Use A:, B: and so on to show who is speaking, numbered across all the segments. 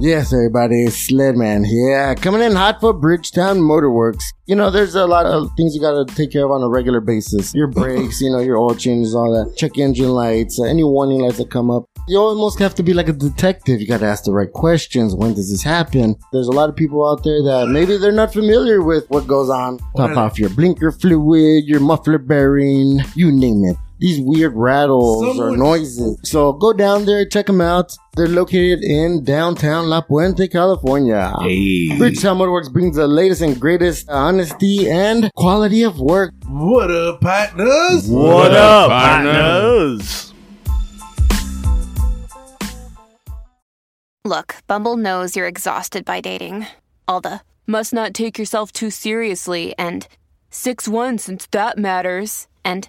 A: Yes, everybody, it's Sledman here. Coming in hot for Bridgetown Motorworks. You know, there's a lot of things you gotta take care of on a regular basis. Your brakes, you know, your oil changes, all that. Check engine lights, uh, any warning lights that come up. You almost have to be like a detective. You gotta ask the right questions. When does this happen? There's a lot of people out there that maybe they're not familiar with what goes on. Top off your blinker fluid, your muffler bearing, you name it these weird rattles or
B: Someone-
A: noises. So go down there, check them out. They're located in downtown La Puente, California. Bridgetown Motorworks brings the latest and greatest honesty and quality of work.
B: What up, partners?
C: What up,
D: partner?
C: partners?
E: Look, Bumble knows you're exhausted by dating. All the must not take yourself too seriously and 6 1 since that matters. And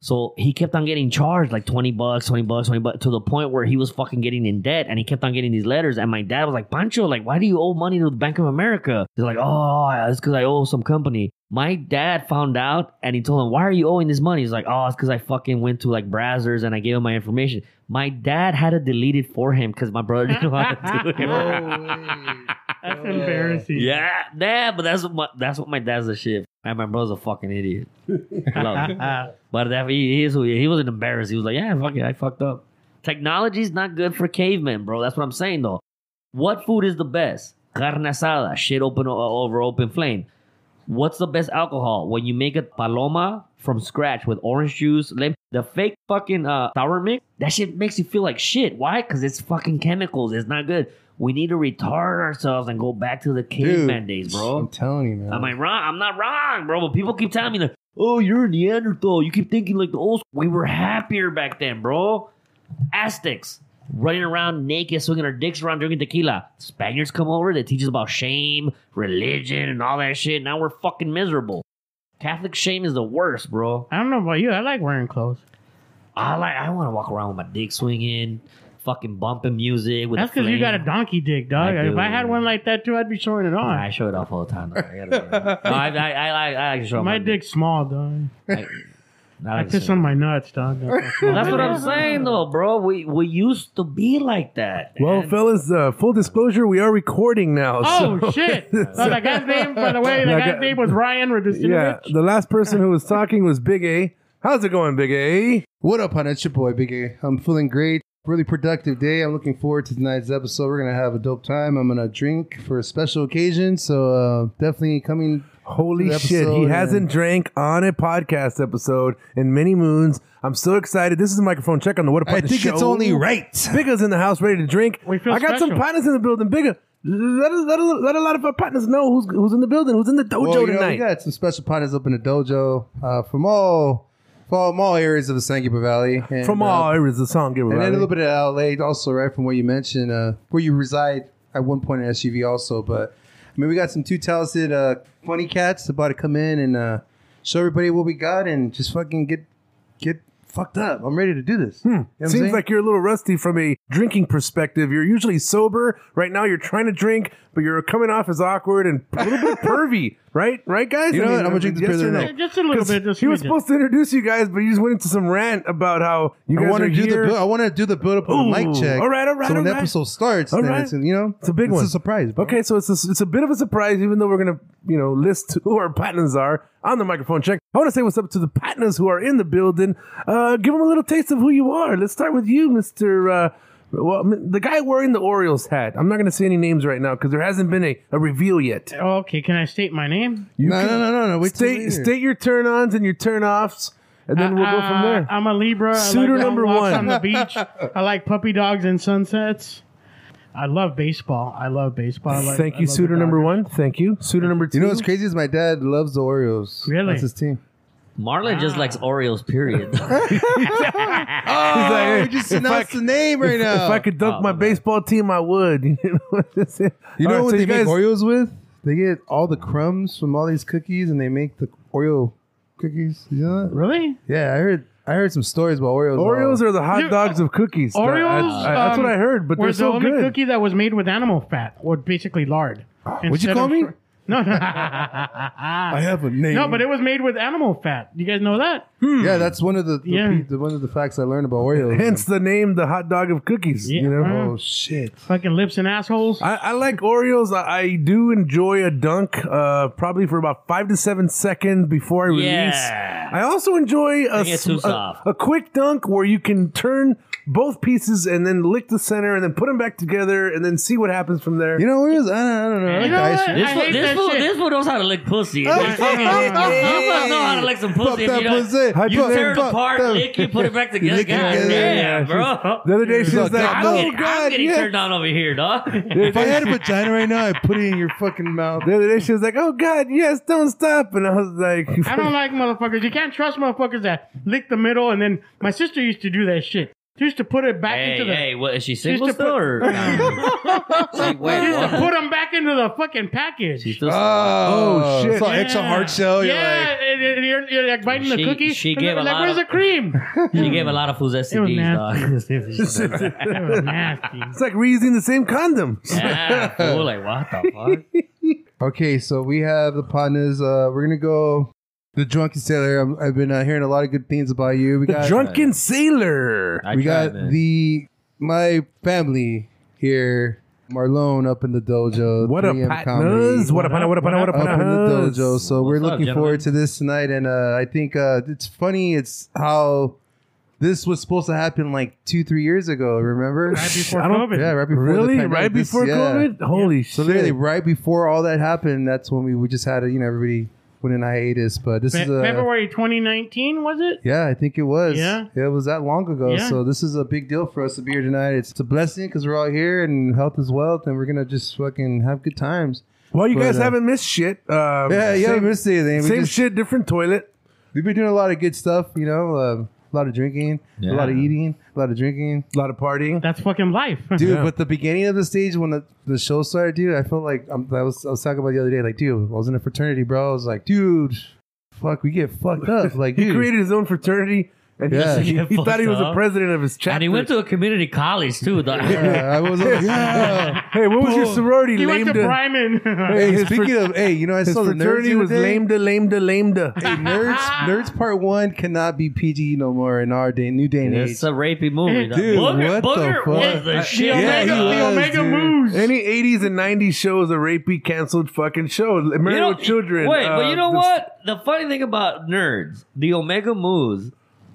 F: So he kept on getting charged like 20 bucks, 20 bucks, 20 bucks to the point where he was fucking getting in debt and he kept on getting these letters. And my dad was like, Pancho, like, why do you owe money to the Bank of America? They're like, oh, it's because I owe some company. My dad found out and he told him, why are you owing this money? He's like, oh, it's because I fucking went to like Brazzers and I gave him my information. My dad had to delete it for him because my brother didn't want to do it.
D: That's embarrassing.
F: Yeah, nah, but that's what my, that's what my dad's a shit. And my brother's a fucking idiot. Love it. But that, he, he is who he, is. he wasn't embarrassed. He was like, yeah, fuck it, I fucked up. Technology's not good for cavemen, bro. That's what I'm saying though. What food is the best? Carne asada, shit open o- over open flame. What's the best alcohol? When you make a paloma from scratch with orange juice, lemon, the fake fucking uh, sour mix, that shit makes you feel like shit. Why? Because it's fucking chemicals. It's not good. We need to retard ourselves and go back to the caveman days,
D: I'm
F: bro.
D: telling you, man.
F: Am I wrong? I'm not wrong, bro. But people keep telling me that, oh, you're a Neanderthal. You keep thinking like the old. school." We were happier back then, bro. Aztecs running around naked, swinging our dicks around, drinking tequila. Spaniards come over. They teach us about shame, religion, and all that shit. Now we're fucking miserable. Catholic shame is the worst, bro.
D: I don't know about you. I like wearing clothes.
F: I like. I want to walk around with my dick swinging, fucking bumping music. With
D: That's
F: because
D: because you got a donkey dick, dog.
F: I
D: if I
F: do.
D: had one like that too, I'd be showing it
F: I
D: on.
F: show it off all the time. though. I, gotta, no, I, I, I, like- I like to show off
D: My dick's small, dog.
F: I, I
D: I
F: like to
D: piss
F: show
D: on
F: off.
D: my nuts, dog.
F: That's what I'm saying, though, bro. We we used to be like that.
C: Well, fellas, uh, full disclosure, we are recording now. so-
D: Oh shit! Oh, that guy's name, by the way,
C: Yeah,
D: that
C: guy-
D: guy's name was Ryan
C: yeah,
D: Radicinovich.
C: the last person who was talking was Big A. How's it going, Big A?
G: What up, hon? It's your boy, Big A. I'm feeling great. Really productive day. I'm looking forward to tonight's episode. We're going to have a dope time. I'm going to drink for a special occasion. So uh, definitely coming.
C: Holy
G: The
C: shit, he
G: episode,
C: hasn't
G: and-
C: drank on a podcast episode in many moons. I'm so excited. This is a microphone check on the What Up
D: I
C: Partners
D: think it's
C: show.
D: only
C: right. Bigga's in the house ready to drink.
D: We feel
C: I got some
D: special.
C: partners in the building. Bigga, let, us- let, us- let a lot of our partners know who's who's in the building, who's in the dojo
G: Well, you know,
C: tonight.
G: we got some special partners up in the dojo uh, from all from all areas of the San Gabriel Valley. And,
C: From
G: uh,
C: all areas of song, give
G: And then a little
C: it
G: bit of LA also, right, from what you mentioned, uh, where you reside at one point in SUV also. But, I mean, we got some two talented uh, funny cats about to come in and uh, show everybody what we got and just fucking get get fucked up. I'm ready to do this. You know what I'm
C: Seems
G: saying?
C: like you're a little rusty from a drinking perspective. You're usually sober. Right now, you're trying to drink, but you're coming off as awkward and a little bit pervy, right? Right, guys?
G: You know what? I'm gonna drink this
C: yes
G: beer
C: or
G: tonight.
C: no?
D: Just a little
C: 'Cause
D: bit. Just
C: he was
D: smidgen.
C: supposed to introduce you guys, but you just went into some rant about how you
G: I
C: guys
G: want
C: are
G: to do
C: here.
G: the build, I want to do the build up on the
C: Ooh,
G: mic check.
C: all right, all right,
G: So when
C: all
G: the
C: right.
G: episode starts,
C: All
G: then
C: right.
G: it's, you know,
C: It's a big one.
G: It's a surprise. Bro.
C: Okay, so it's a, it's a bit of a surprise, even though we're gonna you know list who our partners are on the microphone check. I want to say what's up to the partners who are in the building. Uh, give them a little taste of who you are. Let's start with you, Mister. Uh, well, m- the guy wearing the Orioles hat. I'm not gonna say any names right now because there hasn't been a, a reveal yet.
D: Oh, okay, can I state my name?
C: You
G: No,
C: can
G: no, no, no, no. Wait till
C: state
G: later.
C: state your turn ons and your turn offs, and then we'll go from
D: Uh,
C: there.
D: I'm a Libra.
C: Suitor
D: I like
C: number
D: long walks
C: one.
D: on the beach. I like puppy dogs and sunsets. I love baseball. I love baseball. I like,
C: Thank
D: I
C: you,
D: love
C: suitor
D: the
C: number
D: Dodgers.
C: one. Thank you, suitor number two.
G: You know what's crazy is my dad loves the Oreos.
D: Really?
G: That's his team.
F: Marlon just likes Oreos, period.
C: He's like,
G: Oh,
C: "Hey,
G: we just
C: if I
G: announced the name right
C: if,
G: now.
C: if I could dunk
F: Oh,
C: my
F: man.
C: baseball team, I would. You know, what I'm saying?
G: You know
C: All right,
G: what
C: so
G: they make
C: guys-
G: Oreos with? They get all the crumbs from all these cookies and they make the Oreo cookies. You know that?
D: Really?
G: Yeah, I heard. I heard some stories about Oreos.
C: Oreos are the hot
D: Dude,
C: dogs of cookies.
D: Oreos,
C: I- I- that's
D: um,
C: what I heard, but
D: We're
C: they're
D: the
C: so
D: only
C: good.
D: cookie that was made with animal fat, or basically lard.
G: What'd you
D: Instead
G: call
D: of-
G: me?
D: No, no,
G: I have a name.
D: no, but it was made with animal fat. You guys know that?
G: yeah, that's one of the, the
D: Yeah.
G: pe- the- one of the facts I learned about Oreos.
C: Hence the name, the hot dog of cookies.
D: Yeah.
C: You know,
D: Uh-huh.
G: oh shit!
D: Fucking lips and assholes.
C: I, I like Oreos. I, I do enjoy a dunk, uh, probably for about five to seven seconds before I release.
F: Yeah.
C: I also enjoy a,
F: Think it's too
C: s- a-
F: soft.
C: a quick dunk where you can turn both pieces and then lick the center and then put them back together and then see what happens from there.
G: You know Oreos? I don't, I don't know. I like
D: You know
G: the ice
D: what?
G: cream.
F: This
D: I
F: fool,
D: hate
F: this
D: that
F: fool,
D: shit.
F: this fool knows how to lick pussy. you must know how to lick some
G: Pop
F: pussy. If
G: that
F: you don't-
G: pussy. Pop
F: You
G: that-
F: tear it
G: pop
F: apart,
G: that-
F: lick it, put it back together.
G: Lick it
F: God
G: together,
F: damn,
G: yeah.
F: bro.
C: The other day she was
G: Look,
C: like,
G: I'm
F: I'm
G: No,
F: getting, I'm
C: God,
F: getting
C: yeah."
F: turned on over here, dog.
G: "Oh, If I had a vagina right now, I'd put it in your fucking mouth.
C: The other day she was like, "Oh God, yes, don't stop," and I was like,
D: I don't like motherfuckers. You can't trust motherfuckers that lick the middle and then my sister used to do that shit. She used to put it back
F: Hey,
D: into the
F: hey, what is she single
D: Used to
F: still?
D: put-
F: or Nah. It's like,
D: she
F: wait,
D: used to
F: what?
D: put them back into the fucking package.
F: She's still
G: Oh,
C: shit.
G: It's like extra
D: Yeah.
G: hard shell. You're
D: yeah,
G: like,
D: and- and you're, you're like biting the
F: She-
D: cookie.
F: she
D: and
F: gave
D: they're
F: a
D: like,
F: lot
D: "Where's
F: of-
D: the cream?"
F: she gave a lot of fools STDs, dog.
D: They were nasty.
C: "It's like reusing the same condom."
F: yeah, Ah, fool, like what the fuck?
G: okay, so we have the partners. Uh, we're gonna go the drunken sailor. I'm, I've been uh, hearing a lot of good things about you. We got
C: Drunken sailor.
F: I
G: we
F: tried,
G: got
F: man.
G: the my family here. Marlon up in the dojo.
C: What up,
G: 3M
C: partners? What up, partner? What up, partner? What up,
G: up in the
C: partners?
G: dojo. So we're
F: What's up,
G: looking
F: gentlemen?
G: forward to this tonight, and uh, I think uh, it's funny. It's how this was supposed to happen like two, three years ago. Remember?
D: Right before
C: I don't-
D: COVID.
G: yeah, right before the
C: Really?
G: pandemic.
C: Right
G: This-
C: before
G: yeah.
C: COVID? Holy shit.
G: So literally, right before all that happened, that's when we, we just had a, you know everybody went in hiatus. But this
D: Fe-
G: is uh, a
D: February 2019 was it?
G: yeah, I think it was.
D: Yeah.
G: it was that long ago.
D: Yeah.
G: So this is a big deal for us to be here tonight. It's, it's a blessing because we're all here and health is wealth, and we're gonna just fucking have good times.
C: Well, you
G: But,
C: guys
G: uh,
C: haven't missed shit. Um,
G: Yeah, yeah,
C: Same,
G: we missed anything. We
C: same
G: just-
C: shit, different toilet.
G: We've been doing a lot of good stuff, you know, um, a lot of drinking, a lot of eating, a lot of drinking,
C: A lot of partying.
D: That's fucking life.
G: dude.
C: Yeah.
G: But the beginning of the stage when the, the show started, dude, I felt like I'm, I was I was talking about the other day, like, dude, I was in a fraternity, bro. I was like, dude, fuck, we get fucked up, like,
C: He
G: dude.
C: created his own fraternity, and he-
G: Yeah.
C: he, he
F: Fucked
C: thought he was the
F: up.
C: president of his chapter.
F: and he went to a community college too, dog.
G: yeah, I was like, yeah.
C: hey, what was your sorority?
D: He went to
C: Lambda.
D: Bryman.
G: Hey,
C: his
G: speaking of, hey, you know, I
C: His
G: saw the nerds
C: fraternity
G: the
C: was
G: other day.
C: lambda, lambda, lambda.
G: Hey, nerds, nerds part one cannot be PG no more in our day, new day and age.
F: It's a rapey movie, dog.
G: Dude,
F: Booger,
G: what the
F: Booger
G: fuck?
F: was the
D: the
F: shit.
D: Omega,
G: he
D: the
G: was,
D: Omega
G: dude.
F: Mm.
D: Moose.
C: Any 80s and 90s show is a rapey, canceled fucking show.
F: You
C: Married
F: know-
C: with Children.
F: Wait, but
C: uh,
F: you know
C: the-
F: what? The funny thing about nerds, the Omega Moves,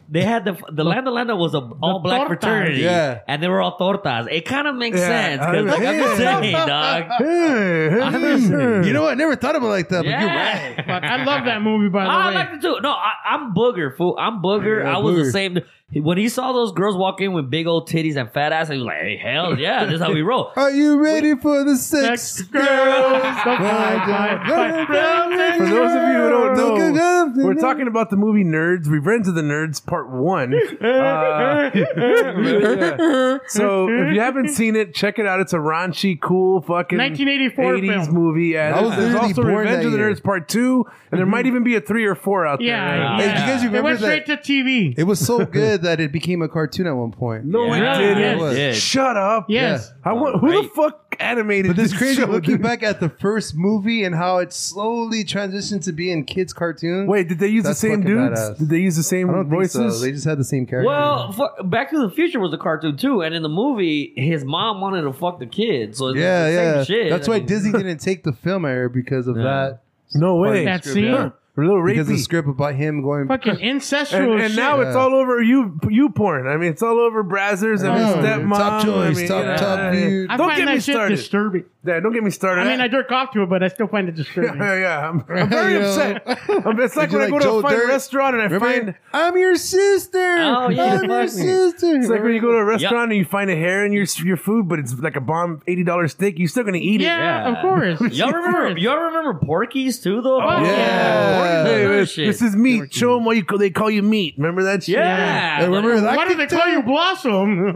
F: they had the the Landa Landa was a all black
D: tortas.
F: fraternity,
G: Yeah.
F: and they were all tortas. It kind of makes
C: Yeah,
F: sense
C: I
F: because
C: mean,
F: like, I'm just
C: yeah.
F: saying, dog.
C: Hey, hey, hey.
G: You know what? I never thought about it like that, but you're right.
F: Yeah.
D: Fuck, I love that movie by the
F: I
D: way.
F: like it too. No, I, I'm booger, fool. I'm booger.
G: Yeah,
F: I was
G: booger.
F: the same. When he saw those girls walk in with big old titties and fat ass, he was like, hey, hell yeah, this is how we roll.
G: Are you ready for the
D: Sex
G: sex?
D: girls. Don't
G: Why
D: fight,
G: don't-
D: fight, fight.
C: For those of you who don't
G: Don't
C: know,
G: go- go-
C: we're talking about the movie Nerds, Revenge of the Nerds, Part One. Uh, yeah. So if you haven't seen it, check it out. It's a raunchy, cool fucking
D: 1984
C: 80s
D: film.
C: movie. Yeah,
G: I was
C: there's, there's
G: literally
C: also
G: born
C: Revenge
G: that
C: of the
G: year.
C: Nerds Part Two, and there
F: Mm-hmm.
C: might even be a three or four out
D: Yeah,
C: there.
D: yeah.
F: Hey, do you guys
D: it
G: remember
D: went straight
G: that-
D: to TV.
G: It was so good that it became a cartoon at one point.
C: No,
F: Yeah,
C: it didn't.
F: it
G: was.
F: did.
C: Shut up.
D: Yes.
C: I want, who the fuck animated
G: But this
C: this
G: crazy
C: show,
G: looking
C: dude?
G: back at the first movie and how it slowly transitioned to being kids' cartoons.
C: Wait, did they use
G: That's
C: the same
G: fucking
C: dudes?
G: badass.
C: Did they use the same
G: I don't think
C: voices?
G: so. They just had the same character.
F: Well, fu- Back to the Future was a cartoon too, and in the movie, his mom wanted to fuck the kid, so it's
G: yeah,
F: the same
G: yeah.
F: shit.
G: That's
F: I
G: why
F: mean,
G: Disney didn't take the film error because of
F: Yeah.
G: that.
C: no way.
D: That
G: Screw
D: scene,
G: that.
C: a little Oh, rapey.
G: Because the script about him going.
D: fucking incestual
C: and, and
D: shit.
C: now it's
G: Yeah.
C: all over you you porn. I mean, it's all over Brazzers and
G: Yeah.
C: stepmom.
G: Top
C: I
G: choice,
C: mean,
G: top- top dude.
D: I
C: Don't
D: find
C: get
D: that
C: me
D: shit
C: started.
D: disturbing.
C: yeah, don't get me started.
D: I mean, I jerk off to it, but I still find it disturbing.
C: yeah, yeah, I'm, I'm very
G: You know.
C: upset. I'm- it's like
G: Did you
C: when I
G: like
C: go to
G: Joe
C: a fine
G: Dirt?
C: restaurant and I
G: Remember?
C: find.
G: I'm your sister.
F: Oh, yeah,
G: I'm your
F: fuck me.
G: sister.
C: It's like when you go to a restaurant and you find a hair in your your food, but it's like a bomb eighty dollars steak. You're still gonna eat it.
D: Yeah, of course.
F: Y'all remember? y'all remember Porky's too, though?
D: Oh,
F: Porky's
G: yeah.
F: was
G: Hey,
F: another
C: this,
F: shit.
C: this is meat. Show them why you call, they call you meat. Remember that shit?
F: yeah.
G: I remember that.
D: Why do they call you Blossom?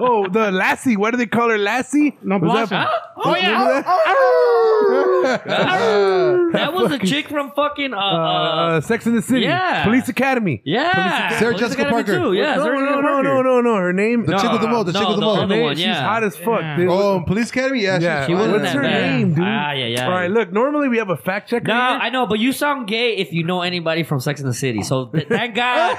C: Oh, the Lassie. Why do they call her Lassie?
D: no,
C: Was
D: Blossom.
C: that-
D: Oh, yeah.
C: Remember that?
F: that was a chick from fucking uh,
C: Uh,
F: uh,
C: uh, Sex in the City.
F: yeah.
C: Police Academy.
F: yeah,
G: Sarah
F: Police
G: Jessica
F: Academy
G: Parker.
F: too, Yeah,
C: no,
F: Sarah
C: no,
F: Jessica
C: no,
F: Parker.
C: no, no, no. Her name.
G: The chick with the mole. The
F: no,
G: chick with the
F: the
G: mole.
F: other
C: Name,
F: one,
C: She's
F: yeah.
C: hot as fuck.
D: Yeah.
C: dude.
G: Oh, Police Academy. Yeah,
C: yeah.
G: she's
F: wasn't
G: fine.
C: What's
F: that
C: her
F: bad.
C: name, dude?
F: Ah, yeah, yeah.
C: All right, look. Normally we have a fact checker.
F: No,
C: here.
F: I know, but you sound gay if you know anybody from Sex and the City. So th- thank God,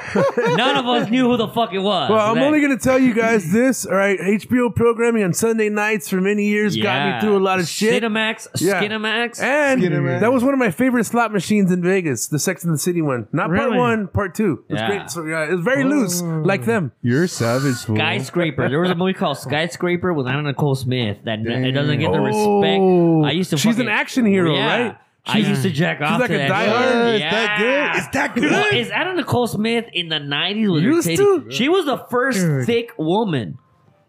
F: none of us knew who the fuck it was.
C: Well, I'm
F: That-
C: only going to tell you guys this. All right, HBO programming on Sunday nights for many years got me
F: Yeah.
C: through a lot of shit.
F: Cinemax,
C: Yeah.
F: Skinemax.
C: And
G: Skinamax.
C: that was one of my favorite slot machines in Vegas, the Sex and the City one. Not part
D: Really?
C: one, part two. It's
F: Yeah.
C: great. So, yeah, it's very loose, like them.
G: You're savage, fool.
F: Skyscraper. There was a movie called Skyscraper with Anna Nicole Smith that n- it doesn't get the respect.
C: Oh.
F: I used to.
C: She's
F: fucking-
C: an action hero,
F: Oh, Yeah.
C: right?
F: I used to jack off.
C: like
F: to
C: a
F: that
C: diehard.
F: shit.
G: Is
F: Yeah.
G: that good? Is that good?
F: Well, is Anna Nicole Smith in the nineties? with her
C: Used
F: titty-
C: to?
F: She was the first
D: Dude.
F: thick woman.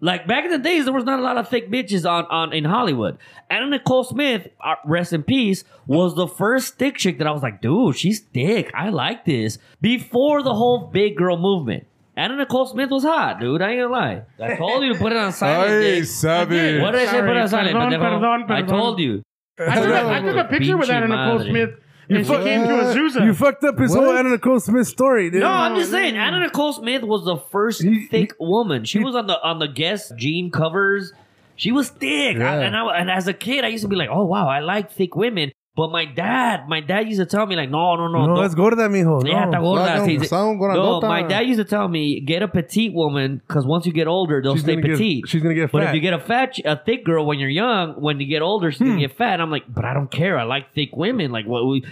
F: Like back in the days, there was not a lot of thick bitches on, on in Hollywood. Anna Nicole Smith, uh, rest in peace, was the first thick chick that I was like, dude, she's thick. I like this. Before the whole big girl movement, Anna Nicole Smith was hot, dude. I ain't gonna lie. I told you to put it on silent.
G: Ay,
F: dick.
G: savage.
F: What did I say?
D: Sorry,
F: Put it on silent.
D: perdón,
F: pendejo?
D: perdón,
F: I
D: perdón.
F: told you.
D: I took, a, I took a picture with
F: Pinche
D: Anna Nicole
F: madre.
D: Smith, and she
C: fuck-
D: came to Azusa.
C: You fucked up his whole
G: What?
C: Anna Nicole Smith story, dude.
F: No, I'm just saying. Anna Nicole Smith was the first thick woman. She was on the on the guest jean covers. She was thick, I-
G: Yeah.
F: and I, and as a kid, I used to be like, "Oh wow, I like thick women." But my dad, my dad used to tell me like, "No, no, no,
C: no,
F: don't-
C: that's gorda, mijo.
F: yeah,
C: No.
F: está gorda.
G: Sound-
F: Sí, sí.
G: sound
F: no,
G: grandota.
F: my dad used to tell me, get a petite woman because once you get older, they'll
C: She's
F: stay
C: gonna get-
F: petite.
C: she's gonna get
F: But
C: fat. Hmm.
F: if you get a fat, ch- a thick girl when you're young, when you get older, she's gonna get fat. And I'm like, but I don't care. I like thick women. Like what we.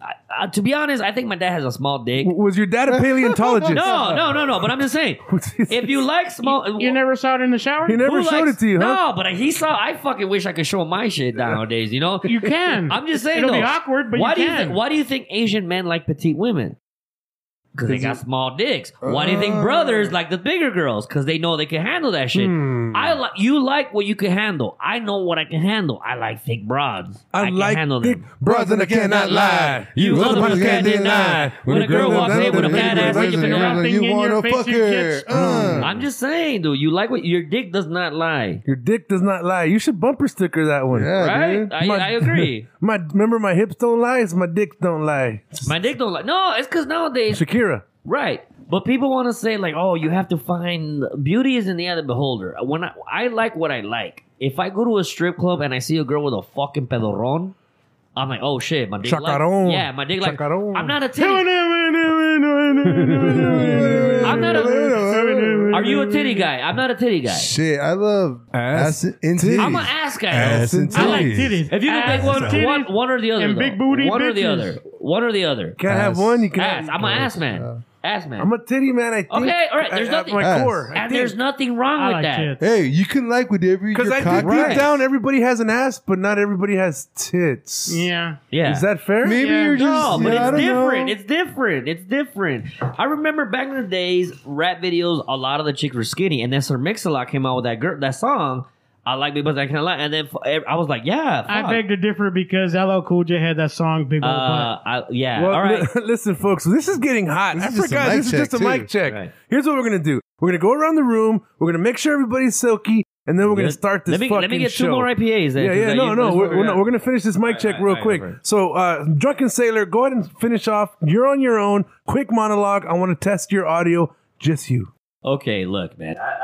F: I, I, to be honest, I think my dad has a small dick.
C: W- Was your dad a paleontologist?
F: No, no, no, no. But I'm just saying, if you like small,
D: you never saw it in the shower?
C: He never
F: who
C: showed it
F: likes-
C: to you, huh?
F: No, but he saw. I fucking wish I could show him my shit nowadays. You know,
D: You can.
F: I'm just saying.
D: It'll be
F: though,
D: awkward, but
F: why
D: you
F: do
D: can.
F: you think? Why do you think Asian men like petite women? Because they got small dicks. why do you think brothers like the bigger girls? Because they know they can handle that shit. I like you like what you can handle. I know what I can handle. I like thick broads.
C: I,
F: can
C: like
F: handle
C: thick
F: them.
C: broads and I cannot lie.
F: You motherfuckers can't deny when a girl walks in with a
D: fat ass,
G: you
D: like you been around,
G: You
D: thing in
G: want
D: your
G: to
D: face,
G: fuck
D: you
G: her?
D: get
G: Uh.
F: I'm just saying, dude. You like what your dick does not lie.
C: Your dick does not lie. You should bumper sticker that one.
G: Yeah,
F: Right?
G: dude.
F: I,
C: My-
F: I agree.
C: My remember my hips don't lie, it's my dick don't lie.
F: My dick don't like. No, it's because nowadays,
C: Shakira.
F: right? But people want to say like, "Oh, you have to find beauty is in the eye of the beholder." When I, I like what I like. If I go to a strip club and I see a girl with a fucking pedorron, I'm like, "Oh shit, my dick
C: Chacarrón.
F: like." Yeah, my dick like.
C: Chacarrón.
F: I'm not a titty.
G: Mm.
F: I'm not
G: a-
F: Are you a titty guy? I'm not a titty guy.
G: Shit, I love
C: Ass
G: ass, and titties.
F: I'm an ass guy.
G: Ass and
F: I like
G: titties.
D: titties.
F: If you can
D: Ass
F: pick one,
D: titties
F: one, one or the other,
D: and
F: though.
D: big booty
F: one or the
D: bitches.
F: other, one or the other.
C: Can't have
G: Ass.
C: one, you can't.
F: Ass. I'm an ass man. Ass man.
C: I'm a titty man, I think.
F: Okay, all right, there's
C: I- I-
F: nothing-
C: my
G: Ass.
C: core.
F: and there's nothing wrong
D: I
F: with
D: like
F: that.
D: tits.
G: hey, you can like whatever
C: Because
G: your
C: I
G: cock
C: think deep
F: Right.
C: down everybody has an ass, but not everybody has tits.
D: Yeah.
F: Yeah.
C: Is that fair?
G: Maybe
D: Yeah.
G: you're
F: no,
G: just.
F: but
G: yeah, I
F: it's
G: don't know.
F: different. It's different. It's different. I remember back in the days, rap videos, a lot of the chicks were skinny, and then Sir Mix-a-Lot came out with that girl, that song. I like me, but I can't lie. And then f- I was like, yeah, fuck.
D: I beg to differ because LL Cool J had that song Big
F: Uh,
D: Old
F: I, yeah,
C: Well,
F: all right.
C: li- listen, folks, this is getting hot.
G: This
C: I
G: is just a
C: forgot.
G: mic
C: This is
G: check,
C: just a
G: too.
C: mic check.
F: Right.
C: Here's what we're gonna do. We're gonna go around the room. We're gonna make sure everybody's silky, and then we're gonna
F: Good.
C: start this
F: Let me
C: fucking
F: let me get
C: show.
F: two more IPAs. Then,
C: yeah,
F: 'cause
C: yeah, no,
F: I used-
C: no,
F: that's
C: we're,
F: where
C: we're,
F: at.
C: not- we're gonna finish this mic check
F: right,
C: real
F: all right,
C: quick.
F: all right.
C: So, uh, drunken sailor, go ahead and finish off. You're on your own. Quick monologue. I want to test your audio. Just you.
F: Okay, look, man. I, I,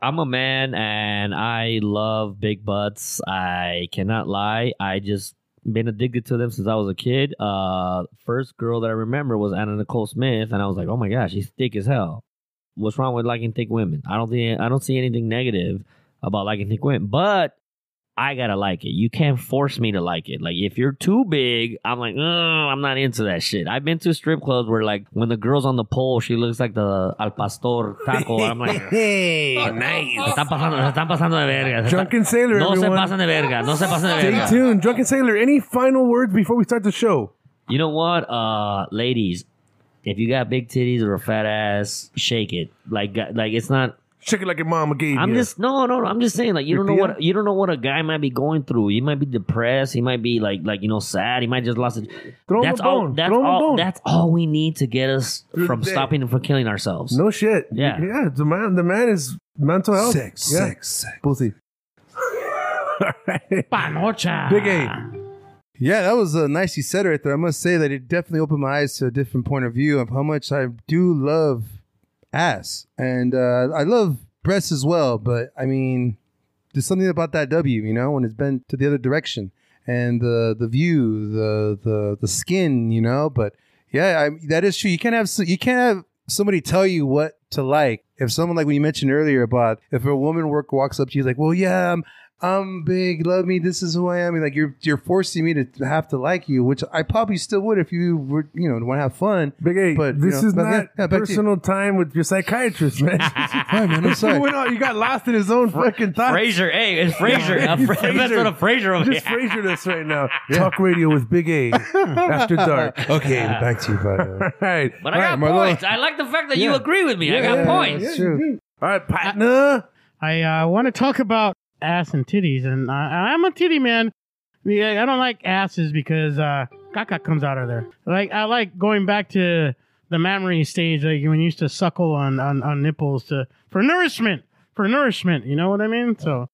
F: I'm a man and I love big butts. I cannot lie. I just been addicted to them since I was a kid. Uh, first girl that I remember was Anna Nicole Smith, and I was like, oh my gosh, she's thick as hell. What's wrong with liking thick women? I don't think I don't see anything negative about liking thick women, but I gotta like it. You can't force me to like it. Like if you're too big, I'm like, "Ugh, I'm not into that shit. I've been to strip clubs where like when the girl's on the pole, she looks like the al pastor taco. Ah, I'm like,
C: Hey,
F: Se están pasando, se están pasando de verga. Se
C: drunken sailor,
F: están- no se
C: everyone.
F: pasan de verga. No se pasan de
C: Stay
F: verga.
C: tuned. Drunken sailor. Any final words before we start the show?
F: You know what, uh, ladies? If you got big titties or a fat ass, shake it. Like, like it's not.
C: Check it like your mama gave
F: I'm
C: you.
F: just no, no, no. I'm just saying, like you
C: Your
F: don't know
C: deal?
F: what you don't know what a guy might be going through. He might be depressed. He might be like, like you know, sad. He might just lost it.
C: Throw him
F: that's
C: a
F: all.
C: bone.
F: That's
C: Throw him a
F: all.
C: bone.
F: That's all we need to get us
C: Through
F: from
C: the day.
F: stopping and from killing ourselves.
C: No shit.
F: Yeah.
C: Yeah. The man, the man is mental health.
G: Sex,
C: yeah.
G: sex, sex.
C: Pussy. All right.
D: Pie. Panocha.
C: Big A.
G: Yeah, that was a nice you said right there. I must say that it definitely opened my eyes to a different point of view of how much I do love ass, and uh, I love breasts as well. But I mean, there's something about that W, you know, when it's bent to the other direction, and the the view, the the the skin, you know. But yeah, I, that is true. You can't have so- you can't have somebody tell you what to like. If someone like when you mentioned earlier about if a woman work walks up to you like, well, yeah, I'm I'm big, love me, this is who I am. and, Like you're you're forcing me to have to like you, which I probably still would if you were you know want to have fun.
C: Big A,
G: But,
C: this
G: you know,
C: is
G: but
C: not
G: yeah, yeah, back to you.
C: personal time with your psychiatrist, man.
G: All right, man, I'm
C: He
G: sorry.
C: went on- you got lost in his own fucking thoughts.
F: Fraser, hey, it's Fraser. Uh, Fra- That's
C: Frasier.
F: not a Fraser over
C: Just
F: here.
C: Fraser us right now. Talk radio with Big A after dark.
G: okay, back to you,
C: All
G: but
C: right.
F: But I got
G: All right, Marlo.
F: points. I like the fact that you
G: Yeah.
F: agree with me. I got points.
G: That's true.
C: All right, partner.
D: I uh, want to talk about ass and titties, and I, I'm a titty man. Yeah, I don't like asses because uh, caca comes out of there. Like I like going back to the mammary stage, like when you used to suckle on, on, on nipples to for nourishment, for nourishment. You know what I mean? So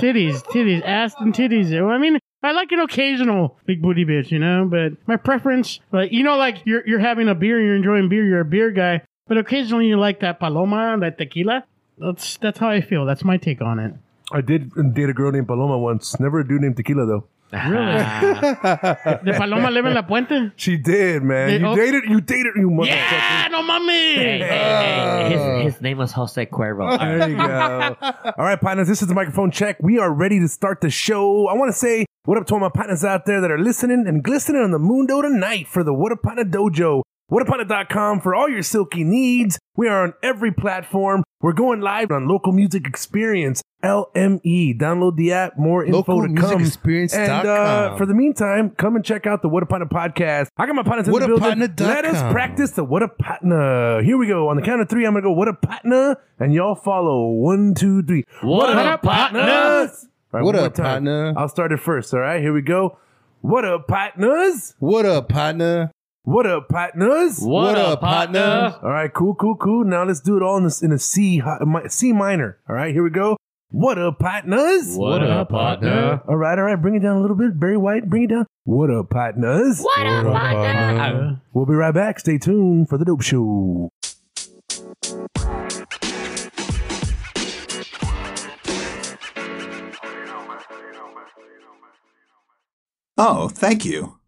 D: titties, titties, ass and titties. You know what I mean, I like an occasional big booty bitch, you know. But my preference, like you know, like you're you're having a beer, you're enjoying beer, you're a beer guy. But occasionally you like that paloma, that tequila. That's that's how I feel. That's my take on it.
C: I did date a girl named Paloma once. Never a dude named Tequila though.
D: The paloma live in la puente.
C: She did, man.
D: They-
C: You
D: oh.
C: dated, you dated, you motherfucker.
D: Yeah, no
F: Hey, hey,
D: mames.
C: Uh.
F: hey, His, his name was Jose Cuervo. All right.
C: There you go. All right, partners, this is the microphone check. We are ready to start the show. I want to say what up to all my partners out there that are listening and glistening on the Mundo tonight for the What Up Partner Dojo. WhatUpPartner.com for all your silky needs. We are on every platform. We're going live on Local Music Experience, LME. Download the app, more info to come. And uh,
G: LocalMusicExperience.com.
C: for the meantime, come and check out the What a Partner podcast. I got my partners in the building.
G: WhatAPartner.com.
C: Let us practice the What a Partner. Here we go. On the count of three, I'm gonna go What a Partner, and y'all follow. One, two, three.
F: What a partners?
C: All right, one
G: What a
C: more time.
G: partner.
C: I'll start it first. All right, here we go. What up, partners?
G: What up, partner?
C: What up, partners?
G: What up, partner?
C: All right, cool, cool, cool. Now let's do it all in, this, in a C hi- mi- C minor. All right, here we go. What up, partners?
F: What up, partner?
C: All right, all right. Bring it down a little bit. Barry White, bring it down. What up, partners?
E: What up,
F: partner?
C: We'll be right back. Stay tuned for the Dope Show.
H: Oh, thank you.